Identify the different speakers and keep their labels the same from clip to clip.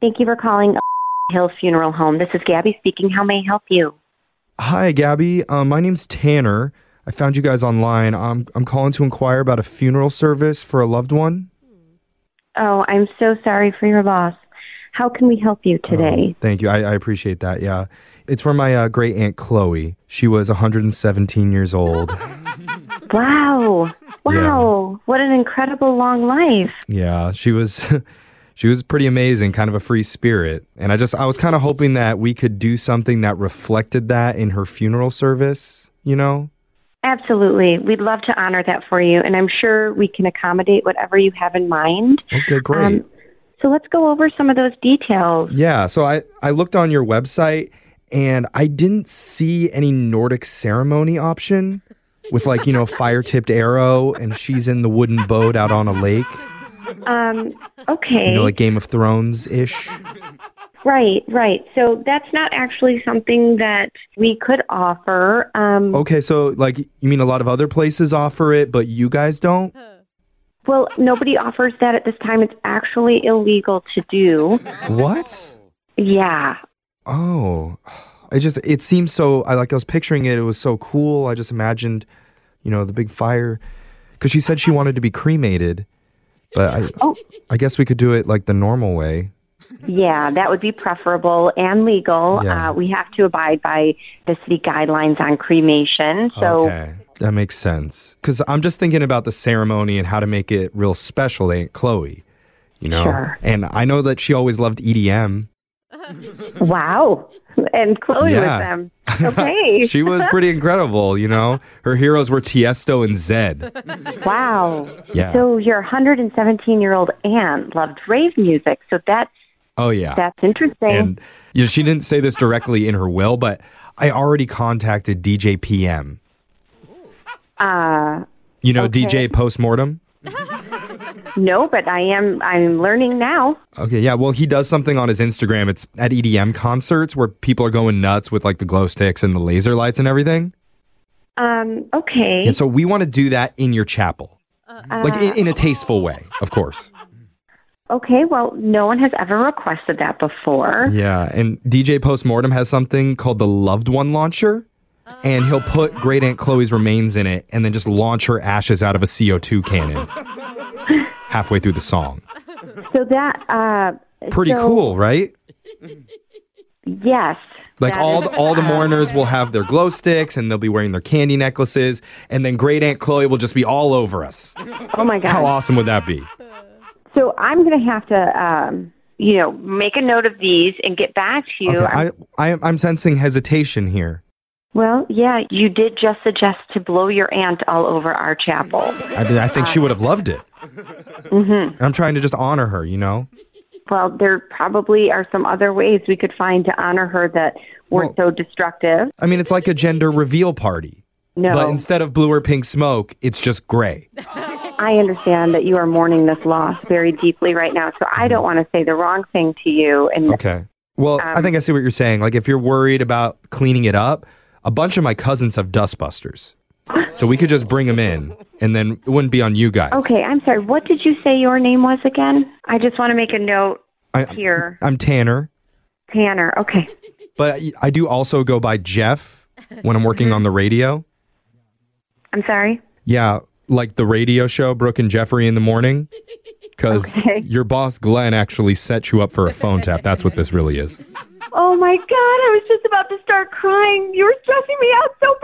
Speaker 1: Thank you for calling Hill Funeral Home. This is Gabby speaking. How may I help you?
Speaker 2: Hi, Gabby. Um, my name's Tanner. I found you guys online. I'm I'm calling to inquire about a funeral service for a loved one.
Speaker 1: Oh, I'm so sorry for your loss. How can we help you today?
Speaker 2: Um, Thank you. I, I appreciate that. Yeah, it's for my uh, great aunt Chloe. She was 117 years old. Oh.
Speaker 1: wow. Wow. What an incredible long life.
Speaker 2: yeah, she was. She was pretty amazing, kind of a free spirit. And I just, I was kind of hoping that we could do something that reflected that in her funeral service, you know?
Speaker 1: Absolutely. We'd love to honor that for you, and I'm sure we can accommodate whatever you have in mind.
Speaker 2: Okay, great.
Speaker 1: So let's go over some of those details.
Speaker 2: Yeah, so I, I looked on your website and I didn't see any Nordic ceremony option with like, you know, fire tipped arrow and she's in the wooden boat out on a lake,
Speaker 1: Um, okay.
Speaker 2: you know, like Game of Thrones ish.
Speaker 1: right, right. So that's not actually something that we could offer. Um,
Speaker 2: Okay, so like you mean a lot of other places offer it, but you guys don't?
Speaker 1: Well, nobody offers that at this time. It's actually illegal to do.
Speaker 2: What?
Speaker 1: Yeah.
Speaker 2: Oh, I just, it seems so, I like, I was picturing it, it was so cool. I just imagined, you know, the big fire. Because she said she wanted to be cremated, but I,
Speaker 1: Oh,
Speaker 2: I guess we could do it like the normal way.
Speaker 1: yeah, that would be preferable and legal.
Speaker 2: Yeah.
Speaker 1: Uh, we have to abide by the city guidelines on cremation. So,
Speaker 2: okay. That makes sense. Because I'm just thinking about the ceremony and how to make it real special to Aunt Chloe, you know?
Speaker 1: Sure.
Speaker 2: And I know that she always loved E EDM.
Speaker 1: wow. And Chloe
Speaker 2: Yeah.
Speaker 1: with them. Okay.
Speaker 2: She was pretty incredible, you know? Her heroes were Tiesto and Zed.
Speaker 1: wow.
Speaker 2: Yeah.
Speaker 1: So your 117 year old aunt loved rave music. So that's
Speaker 2: oh, yeah.
Speaker 1: that's interesting.
Speaker 2: and you know, she didn't say this directly in her will, but I already contacted DJ PM.
Speaker 1: uh,
Speaker 2: You know, DJ Postmortem?
Speaker 1: no, but I am I'm learning now.
Speaker 2: Okay, yeah. Well, he does something on his Instagram. It's at EDM concerts where people are going nuts with like the glow sticks and the laser lights and everything.
Speaker 1: Um, okay.
Speaker 2: And so we want to do that in your chapel, like in, in a tasteful way, of course.
Speaker 1: Okay, well, no one has ever requested that before.
Speaker 2: Yeah. And DJ Postmortem has something called the Loved One Launcher. And he'll put Great Aunt Chloe's remains in it and then just launch her ashes out of a CO2 cannon halfway through the song.
Speaker 1: So that uh
Speaker 2: Pretty
Speaker 1: so-
Speaker 2: cool, right?
Speaker 1: Yes.
Speaker 2: Like
Speaker 1: that
Speaker 2: all
Speaker 1: is-
Speaker 2: the, all the mourners will have their glow sticks and they'll be wearing their candy necklaces and then Great Aunt Chloe will just be all over us.
Speaker 1: Oh my
Speaker 2: How
Speaker 1: god.
Speaker 2: awesome would that be?
Speaker 1: So I'm going to have to um you know, make a note of these and get back to you.
Speaker 2: Okay,
Speaker 1: I'm-
Speaker 2: I, I I'm sensing hesitation here.
Speaker 1: well, yeah, you did just suggest to blow your aunt all over our chapel.
Speaker 2: I mean, I think she would have loved it.
Speaker 1: Mhm.
Speaker 2: I'm trying to just honor her, you know?
Speaker 1: Well, there probably are some other ways we could find to honor her that weren't so destructive.
Speaker 2: I mean, it's like a gender reveal party,
Speaker 1: No,
Speaker 2: but instead of blue or pink smoke, it's just gray.
Speaker 1: I understand that you are mourning this loss very deeply right now, so I don't want to say the wrong thing to you and
Speaker 2: Okay. Well,
Speaker 1: Um,
Speaker 2: I think I see what you're saying. Like, if you're worried about cleaning it up, a bunch of my cousins have dustbusters. So we could just bring them in, and then it wouldn't be on you guys.
Speaker 1: Okay, I'm sorry. What did you say your name was again? I just want to make a note
Speaker 2: I,
Speaker 1: here.
Speaker 2: I'm Tanner,
Speaker 1: Tanner. Okay.
Speaker 2: but I- I do also go by Jeff when I'm working on the radio.
Speaker 1: I'm sorry.
Speaker 2: Yeah, like the radio show Brooke and Jeffrey in the morning. Because
Speaker 1: Okay.
Speaker 2: your boss Glenn actually set you up for a phone tap. That's what this really is.
Speaker 1: Oh my God, I was just about to start crying. You were stressing me out so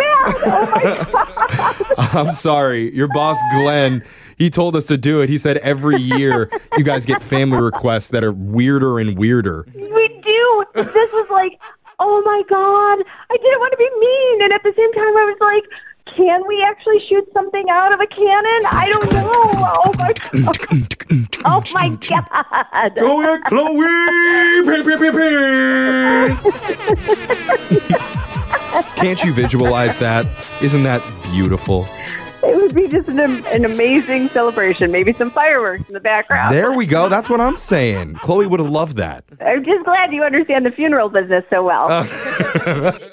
Speaker 1: bad. Oh my God.
Speaker 2: I'm sorry, your boss Glenn. He told us to do it. He said every year you guys get family requests that are weirder and weirder.
Speaker 1: We do. This was like, oh my God, I didn't want to be mean. And at the same time, I was like, can we actually shoot something out of a cannon? I don't know. Oh my God. Oh my God.
Speaker 2: Go Aunt Chloe! Ping, ping, ping, ping. Can't you visualize that? Isn't that beautiful?
Speaker 1: It would be just an, am- an amazing celebration. Maybe some fireworks in the background.
Speaker 2: There we go. That's what I'm saying. Chloe would have loved that.
Speaker 1: I'm just glad you understand the funeral business so well.